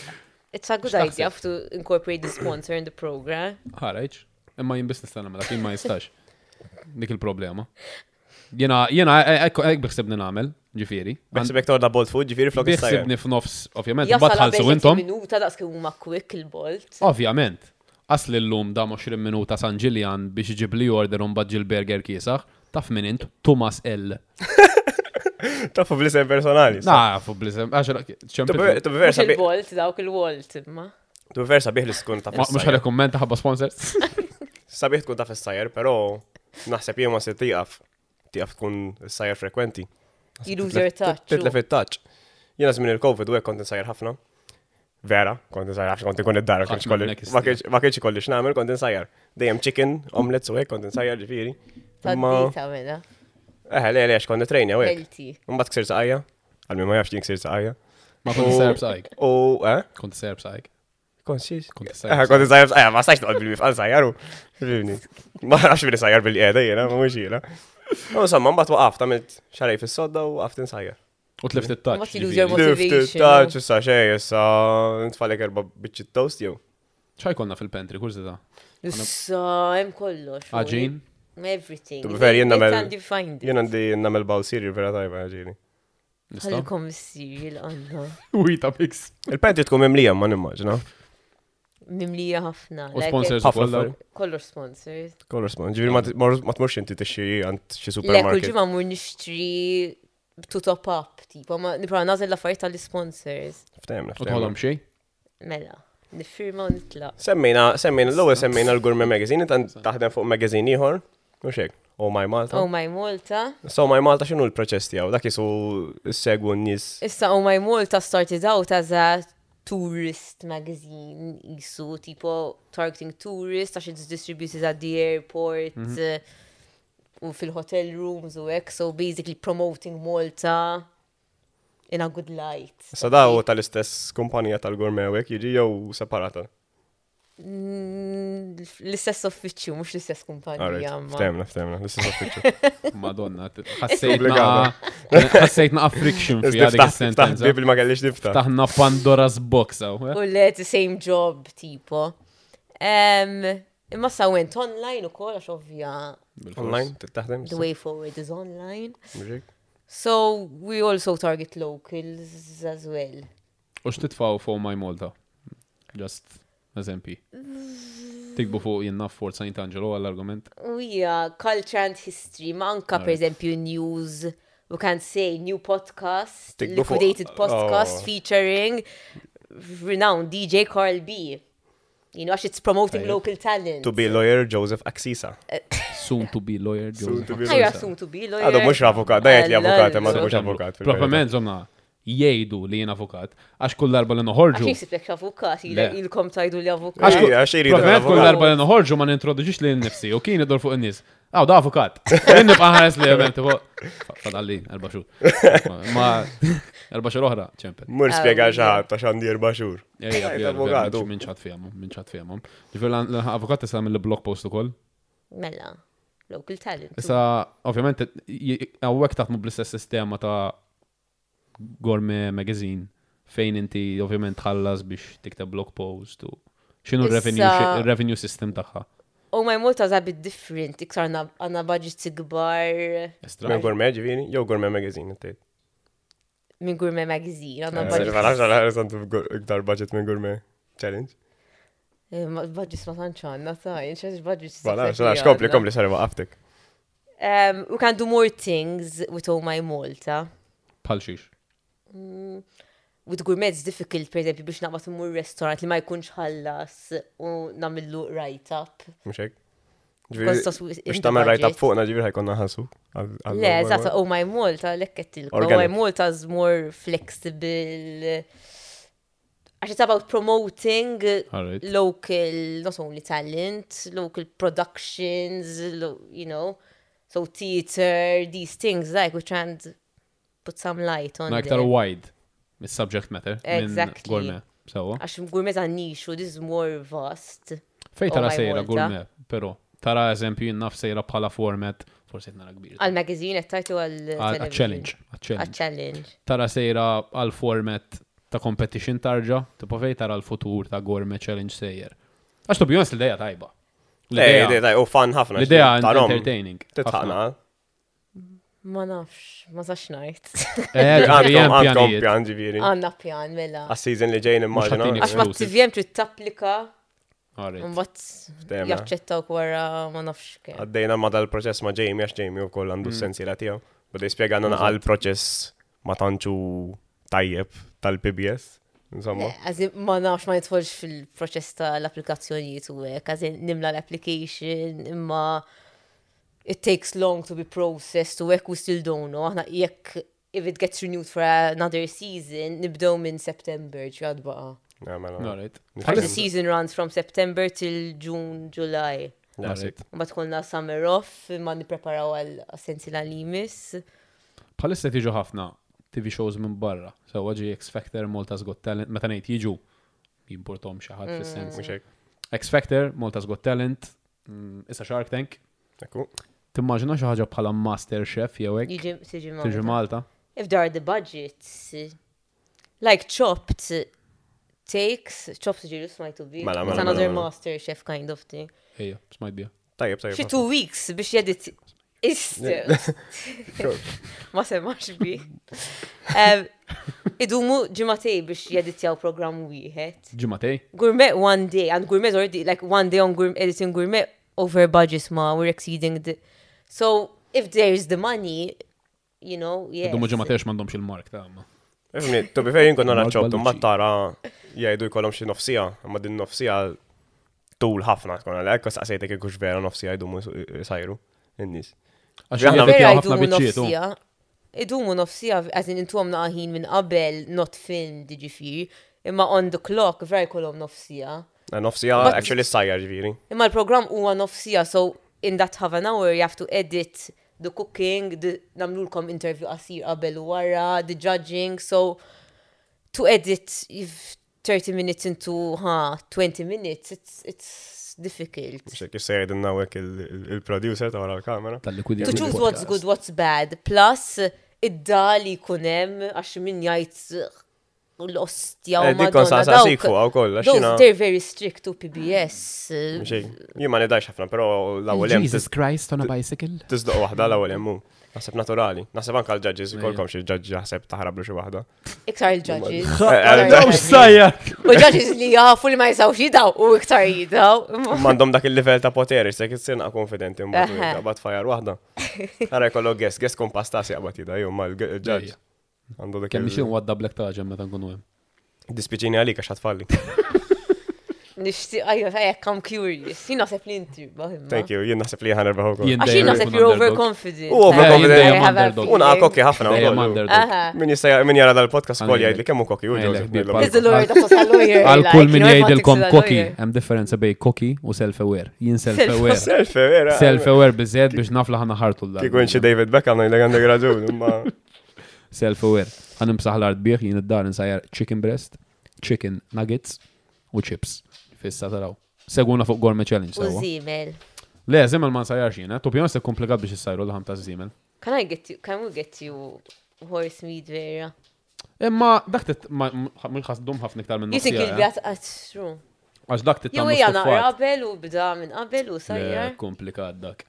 It's a good idea to incorporate the sponsor in the program.
Ħareġ, imma jien biss nista' nagħmel, kien ma jistax. Dik il-problema. e, Jena, jena, ekk biħsibni nagħmel, ġifieri.
Bħsib jek torda bolt food, ġifiri flok s-sajja.
Biħsibni f'nofs, ovvjament,
Jasal
batħalsu
għabel
intom.
minuta daqs kemm huma quick il-bolt.
Oh, Ovvjament. Asli l-lum da 20 minuta San Ġiljan biex iġib li order un badġil burger kiesax. Taf min int, Thomas L.
Tafu bl-isem personali.
Na, fu blizzem, għaxa, ċempel.
Tu
Mhux
biversa biħ.
il-bolt dawk il-wolt imma.
Tu biversa biħ li skun ta'
Mux ħale kommenta ħabba sponsor.
Sabiħ tkun ta' fis-sajjer, pero naħseb jien ma se tiqaf. Tiqaf tkun sajjer frekwenti.
Jilużer taċ.
Titlef it-taċ. Jiena żmien il-COVID u hekk kont insajjer ħafna. Vera, kont insajjer ħafna, kont ikun id-dar, kont
Ħafna
ikolli-
minnek
ma kienx- ma kienx ikolli x'nagħmel, kont insajjer. Dejjem chicken, omelets u hekk kont insajjer ġifieri. Ma
Taddita mela.
eħe le le kont nitrejnja u hekk.
Healthy.
Imbagħad ksir saqajja, għalmi ma jafx jien ksir saqajja.
Ma kont serb sajk.
U eh?
Kont serb sajk.
Kont xiex?
Kont
Eħe
serb.
kont insajjer, eħe ma stajx noqgħod bil-bif għal sajjar u. Fifni. Ma nafx bil sajjer bil-qiegħda jiena, ma mhux jiena. U insomma, mbagħad waqaft għamilt xarej fis-sodda u għaft insajjer.
U tlift
Ma
it-touch.
tilu ġermu- Motivation.
Taċ, issa xej, issa nitfalek erba biċċi toast jew.
ċaj konna fil-pentri, kurzi da.
Issa hemm kollox. u-
Għagġin.
Everything.
To be fair, jien nagħmel-
Jien
Jien għandi nagħmel bawl siri vera tajba ġieli.
Nistaw.
Għalkom s-siril għanna.
Wita pix.
Il-penti tkun mimlija ma nimmaġina.
Mimlija ħafna.
U
like,
sponsors u
Ħafna
kollha.
affarijiet.
Kollox sponsors.
Kolor sman, ġieli ma t- mor- ma tmurx inti tixxi għand xi
Le, kull
supermarket.
ġimma mur nixtri to top up, tipo, ma nipra nażel l-affarijiet tal-sponsors.
Ftehem,
U tħolhom xej?
ftehem.
Mela, nifirma u nitla.
Semmejna, semmejna l-ewwel semmejna l-Gourmet Magazine, intan taħdem fuq magazine ieħor. U xek, Oh My Malta.
Oh my Malta.
So Oh My Malta x'inhu l-proċess tiegħu? Dak isu segwu n-nies.
Issa Oh my Malta started out as a tourist magazine isu, tipo targeting tourists għax it's distributed at the airport uh, u fil-hotel rooms u hekk, so basically promoting Malta in a good light.
Issa daw tal-istess kumpanija tal-Gourmet hekk jiġi jew separata.
Mm, L-istess uffiċċju, mhux l-istess kumpanija.
Alright,
ma-
ftemna, ftemna, l-istess uffiċċju.
Madonna, t-
Obbligata.
ħassejtna. Ħassejtna affriction fi għadik
Taħt
is-sentenza.
bib li ma kellix niftaħ.
Taħna Pandora's box. aw, eh?
U le, the same job, tipo. Um, imma sa went online u kol, għax ovvja,
Bil-fors.
Online, taħdem?
the way forward is online.
Mġik?
So, we also target locals as well.
U x'titfaw fuq My Malta? Just eżempi. Tikbu fuq jenna fuq Saint Angelo għall-argument.
U hija culture and history, ma anka per eżempju news, we can say new podcast,
Tikbu fuq-
liquidated podcast
Oh.
featuring renowned DJ Carl B. You know, għax it's promoting
Tajjeb.
local talent.
To be lawyer Joseph Axisa.
Soon to be lawyer.
Soon to be
I
lawyer.
assume to be
Għadu
lawyer.
mux avukat, dajet li avukat, ma
Alla,
mux avukat.
Propament, zomna, jgħidu li jien avukat, għax kull darba li
Għax
noħorġu.
jisibek xavukat,
Le.
il-kom tajdu li
Għax
avukat.
kull-
Għax jiridu
Propament kull
avukat.
darba li noħorġu ma nintroduġiġ li n-nifsi, u kien id-dor fuq n-nis. Għaw, da avukat. Kien nibqa ħares li għabel, tipo, fadalli, erba xur. Ma, erba xur oħra, ċempel.
Mur spiega
Ah,
xaħat, ta' xandi erba xur.
Ejja,
Ejja,
vera, vera,
avokatu.
Minn ċat fjamum, minn ċat fjamum. Ġifer l-avukat tista' mill blog post ukoll.
Mella, Mela, local talent.
Issa, ovvjament, għawek taħtmu bl-istess sistema ta' Gorme Magazine fejn inti ovvjament tħallas biex tikteb blog post u xinu
Issa-
revenue xi- revenue system tagħha.
Oh my multa za bit different, iktar għanna- għanna budget gbar
Estra.
Men gourmet ġivini, jow gourmet magazine, t
minn Gourmet Magazine,
Eh,
għanna budget.
Għalax għalax għandu iktar budget minn gourmet challenge.
Eh, ma- Budget ma tantx għanna, taj, xeġ budget.
Għalax,
exactly
għalax, kompli,
għanna.
kompli, sarri waqaftek.
Um, we can do more things with Oh My Malta.
Bħal xiex.
With gourmet it's difficult, per eżempju, biex naqbad immur restaurant li ma jkunx ħallas u namillu write-up.
Mxek?
Because that's within
Biex
the
tamen rajta
budget.
fuqna ġivir ħajkonna ħassu. għal- għal-
Le,
għal-
eżatt, Oh My Malta, lekkettilkom. Oh My
Organic.
Malta is more flexible. Għax it's about promoting
All right.
local, not only talent, local productions, lo, you know, so theater, these things, like, we're trying to put some light on
Na
it.
iktar wide mis-subject matter minn
Exactly. Oh
Gorme. Sewa.
Għax gourmet għan nixu, this is more vast.
Fej
Oh
tara
my
sejra
Malta.
Gorme, però tara eżempju jinnaf sejra bħala format, forsi jtnara kbir.
Għal-magazine, għattajtu għal-television.
Għal-challenge. Għal-challenge.
Għal-challenge.
tara sejra għal format ta' competition tarġa, tipo fej tara l-futur ta' Gourmet Challenge sejjer. Għax to bjons l-ideja tajba.
Eh, Le,
L-ideja-
idea, u fan ħafna.
L-ideja
xi- tarom.
entertaining.
Titħana.
Ma nafx, ma sax najt.
Eh,
Għandkom, għandkom
Għandkom
pjan ġiviri.
Għanna pjan, mela.
Għas-season li ġejn immaġina.
ħatin
Għax ma
Exclusive.
t-TVM trid tapplika,
Ftemna.
Mm. mbagħad jaċċettaw wara ma nafx kemm.
Għaddejna ma dal-proċess ma Jamie, għax Jamie u koll għandu sensi la tijaw. Bada jispiegħana għal proċess ma tanċu tajjeb tal-PBS. Insomma,
Għazin Eh, ma nafx ma jitfolx fil-proċess tal-applikazzjonijiet u hekk, għazin nimla l-application imma it takes long to be processed u hekk we still don't know. Aħna jekk if it gets renewed for another season, nibdew minn September, ċad baqa.
għamela.
The season runs from September till June, July.
Għasit.
Mbagħad tkollna summer off, imma nippreparaw għal essenzjal għal imis.
Palissa tiġu ħafna TV shows minn barra. So għagġi X Factor, Malta's Got Talent, meta nejt jiġu jimportom xaħat
Mm,
fil-sens.
Mxek.
X Factor, Malta's Got Talent, mm, issa Shark Tank.
Ekku.
Timmaġina xaħġa bħala Master Chef jew hekk
Jiġi tiġi
tiġi
ma.
Malta.
If there are the budgets, like chopped takes, chopped ġiru smajtu bi.
Mela,
It's
mela,
another
mela, mela.
master chef kind of thing.
Ejja, smajt bija.
Tajjeb,
Xi
tajjeb.
two weeks biex jedit iste. Ma semax bi. Um, Idumu ġimatej biex jeditjaw program wieħed.
Ġimatej?
gourmet one day and gourmet already like one day on gourmet editing gourmet over budget ma we're exceeding the so if there's the money you know yeah
Dumma ġimatex mandomx il-mark ta' għamma.
Ifni, to be fair jinkon nara
Mark
ċobtu, ma
Ballucci.
tara jgħidu jkollhom xi nofsija, imma din nofsija tul ħafna tkun għalhekk, kos għasejtek kux vera nofsija jdumu sajru. Innis.
Għax
Vera,
jgħafitjaw
vera
ħafna
idumu
biċċiet, u.
nofsija idumu nofsija għazin intu għom naqħin minn qabel not film diġifiri imma on the clock vera jkollhom nofsija
Nofsija,
But-
actually sajja ġviri.
imma l-program huwa nofsija so in that half an hour you have to edit the cooking the namlulkom interview qasir qabel u wara the judging so to edit if 30 minutes into ha 20 minutes it's it's difficult
Mxek jissejr din nawek il-producer ta' wara l-kamera.
tal-likwidità.
to choose what's good what's bad plus id-dali kunem għax min jgħid l-ostja u
Eh, dik kon
Oh madonna
sa' sa' sikfu
dawk
għaw koll,
those
għaxina.
they're very strict to PBS
Jien ma nidax ħafna, pero l-ewwel hemm
Christ on a bicycle.
tisdoq waħda l-ewwel hemm. Naħseb naturali. Naħseb anka l-ġadġis,
Ejja.
kolkom xie ġadġi ħseb taħrablu xie wahda.
Iktar
Eh,
il-judges.
Għaw eh.
U judges li jafu li ma jisawx jidaw u iktar jidaw.
Mandom dak il-level ta' poteri, se kitsin konfidenti mbagħad
Aha.
jaqbad fajar waħda. Ara jkollu guess, guess kon pastasi jaqbad jida, jew mal ġadġ.
Ejja.
Għandu dak
Kemm xi wadda black taġa meta nkunu hemm.
Dispiċini għalik għax ħatfalli.
Nishti, ajjo, ajjek, I'm curious. Jina sepp li inti, baħim.
Thank you, jien naħseb li ħan erbaħu kol.
Jien
Għax jina
dejjem
sepp
nkun
you're
underdog.
overconfident.
U overconfident.
I have a
Dejjem underdog.
Una
feeling.
ah, kokki ħafna
Dejjem
u kollu.
underdog.
Aha.
Min jista' min jara dal-podcast kol
Għalli.
jgħid li kemm hu kokki u
Għalli,
Joseph,
bil-
mill-ewwel.
Is the lawyer that's a lawyer.
Għal
like,
kull
you
min
know, I
jgħidilkom
politics is a
koki,
lawyer.
hemm differenza bej koki u self-aware. Jien
Self-
self-aware.
Self, vera.
Self-aware biżed biex naf li ħana ħartu l
Kikun xi David Beckham ngħidlek għandek raġun, imma
Self-aware. Għan imsaħ l-art bieħ jien id-dar insajjar chicken breast, chicken nuggets u chips. Fissa taraw. Seguna fuq Gourmet Challenge.
U
sewwa.
zimel.
Le, zimel ma nsajjarx jien, eh? to be honest, komplikat biex jissajru l-ħam ta' zimel.
Can I get you, can we get you horse meat vera?
Imma dak tit- ma mhux ħasdum ħafna iktar minn
You think you'll
nofsija.
get at true.
eh? Għax dak
Jew
tittamlu
hija naqra
stuffat.
qabel u bda minn qabel u
Le,
sajjar.
Komplikat dak.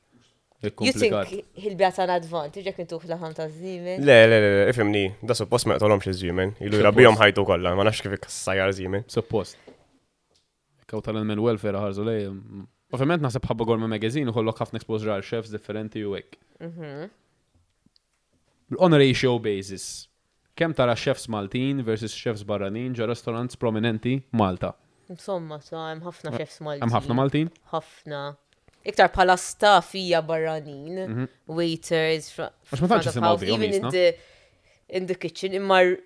You think
Komplikat.
he'll be at an advantage jekk intuħ laħam ta' żiemel?
Le, le, le, le, ifimni, da suppost ma jgħatolom xie zjimen, ilu jrabbijom ħajtu kolla, ma nafx kif ikkassajar zjimen.
Suppost. Kaw tal-animal welfare ħarżu lej. mm. Ovvijament naħseb ħabba gorma magazine u kollok ħafna exposure għal chefs differenti u hekk. On a ratio basis. Kem tara chefs Maltin versus chefs barranin ġa restaurants prominenti Malta.
Insomma, so hemm ħafna chefs Maltin.
Hemm ħafna Maltin?
Mhm. Ħafna. Iktar bħala staff hija barranin, waiters, fr-
Mhm. Għax ma
front
tantx
of
isimgħu
house,
fihom
even in
jisna.
the in the kitchen, imma r-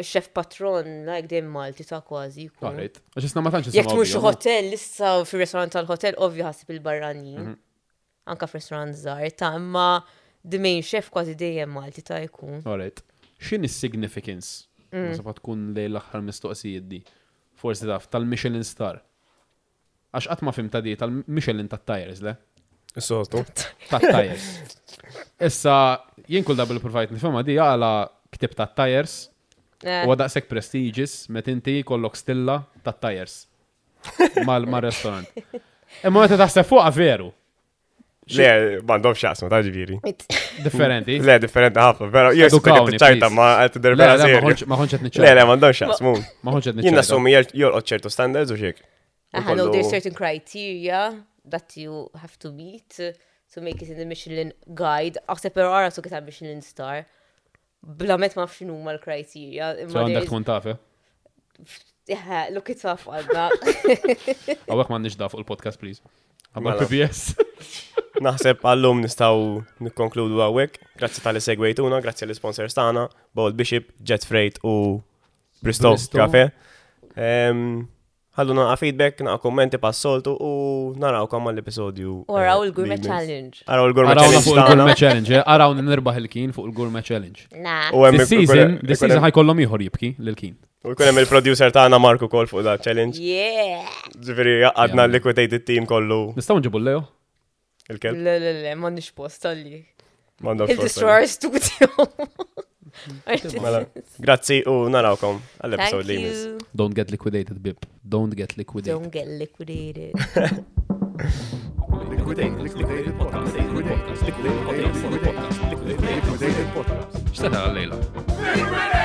chef patron, like dejjem Malti ta' kważi. jkun.
Għarrejt. Għax jisna ma tantx
Jek
nisimgħu
mux
fihom.
hotel, lissa fil restaurant tal-hotel, ovvju ħasib
Mhm.
il-barranin. Anka f-restaurant zaħir, ta' imma the main chef kważi dejjem Malti ta' jkun.
Alright. Xin is-significance? Nasab tkun lej l-axħar mistoqsijiet di. Forsi taf, tal-Michelin star. Għax qatt ma fimta di, tal-Michelin tat-tires, le?
Sostu.
Tat-tires. Issa, jien kull dabel provajt nifema di għala ktib tat-tires
Eh,
u għadaqsek prestigious met inti kollok stilla tat-tires. Mal-restaurant. Imma għet taħseb fuqa veru.
Le, bandom xasma, ta' ġviri.
Differenti.
Le, differenti ah, ħafna, vera, jgħu
Edukawni,
s-spikki ċajta
please.
ma eh, għet
Le, le,
derbera
ma
serju.
konċ- ma konċet
Le, le,
nitċa.
bandom xasma.
Ma konċet nitċa.
Jien nassumi jolqot ċertu standards u xiek.
Aha, no, there's certain criteria that you have to meet to make it in the Michelin guide. Aħseb per għara su kita Michelin star. Bla met ma fxinu ma l-kriterja.
So
Imma
għandek
there's-
tkun tafe.
Eh, look it up għadda.
Għawek ma nix fuq il-podcast, please. Għamma
Mela.
PBS.
Naħseb għallum nistaw nikkonkludu għawek. Grazzi tal-li segwejtuna, grazzi l-sponsors tagħna, Bold Bishop, Jet Freight u Bristol
Bristol.
Cafe. Ehm, Għallu naqa feedback, naqa kommenti pas-soltu u narawkom għall-episodju.
U għaraw
eh,
il-gourmet
li jmiss.
challenge.
Araw il-gourmet
Arawna fuq il-Gourmet
challenge.
Challenge, eh? arawna nirbaħ il-kien fuq il-Gourmet Challenge.
Nah.
tagħna. U hemm
This
il-
season,
ikun-
this
ikun
season
hemm-
ħajkollhom ieħor jibki lil-kien.
U jkun hemm il-producer tagħna Marku kol fuq da challenge.
Yeah.
Ġifieri
Yeah.
għadna liquidated team kollu
Nistgħu nġibu Leo?
il-kelb.
Le, le, le, ma nix posta li.
M'għandhomx
Mm. He'll
forsa.
destroy our studio.
Mela, Grazzi u narawkom għall-episod
Thank
li jmiss.
you.
Don't get liquidated, bib. Don't get liquidated.
Don't get liquidated.
Xteta għal-lejla?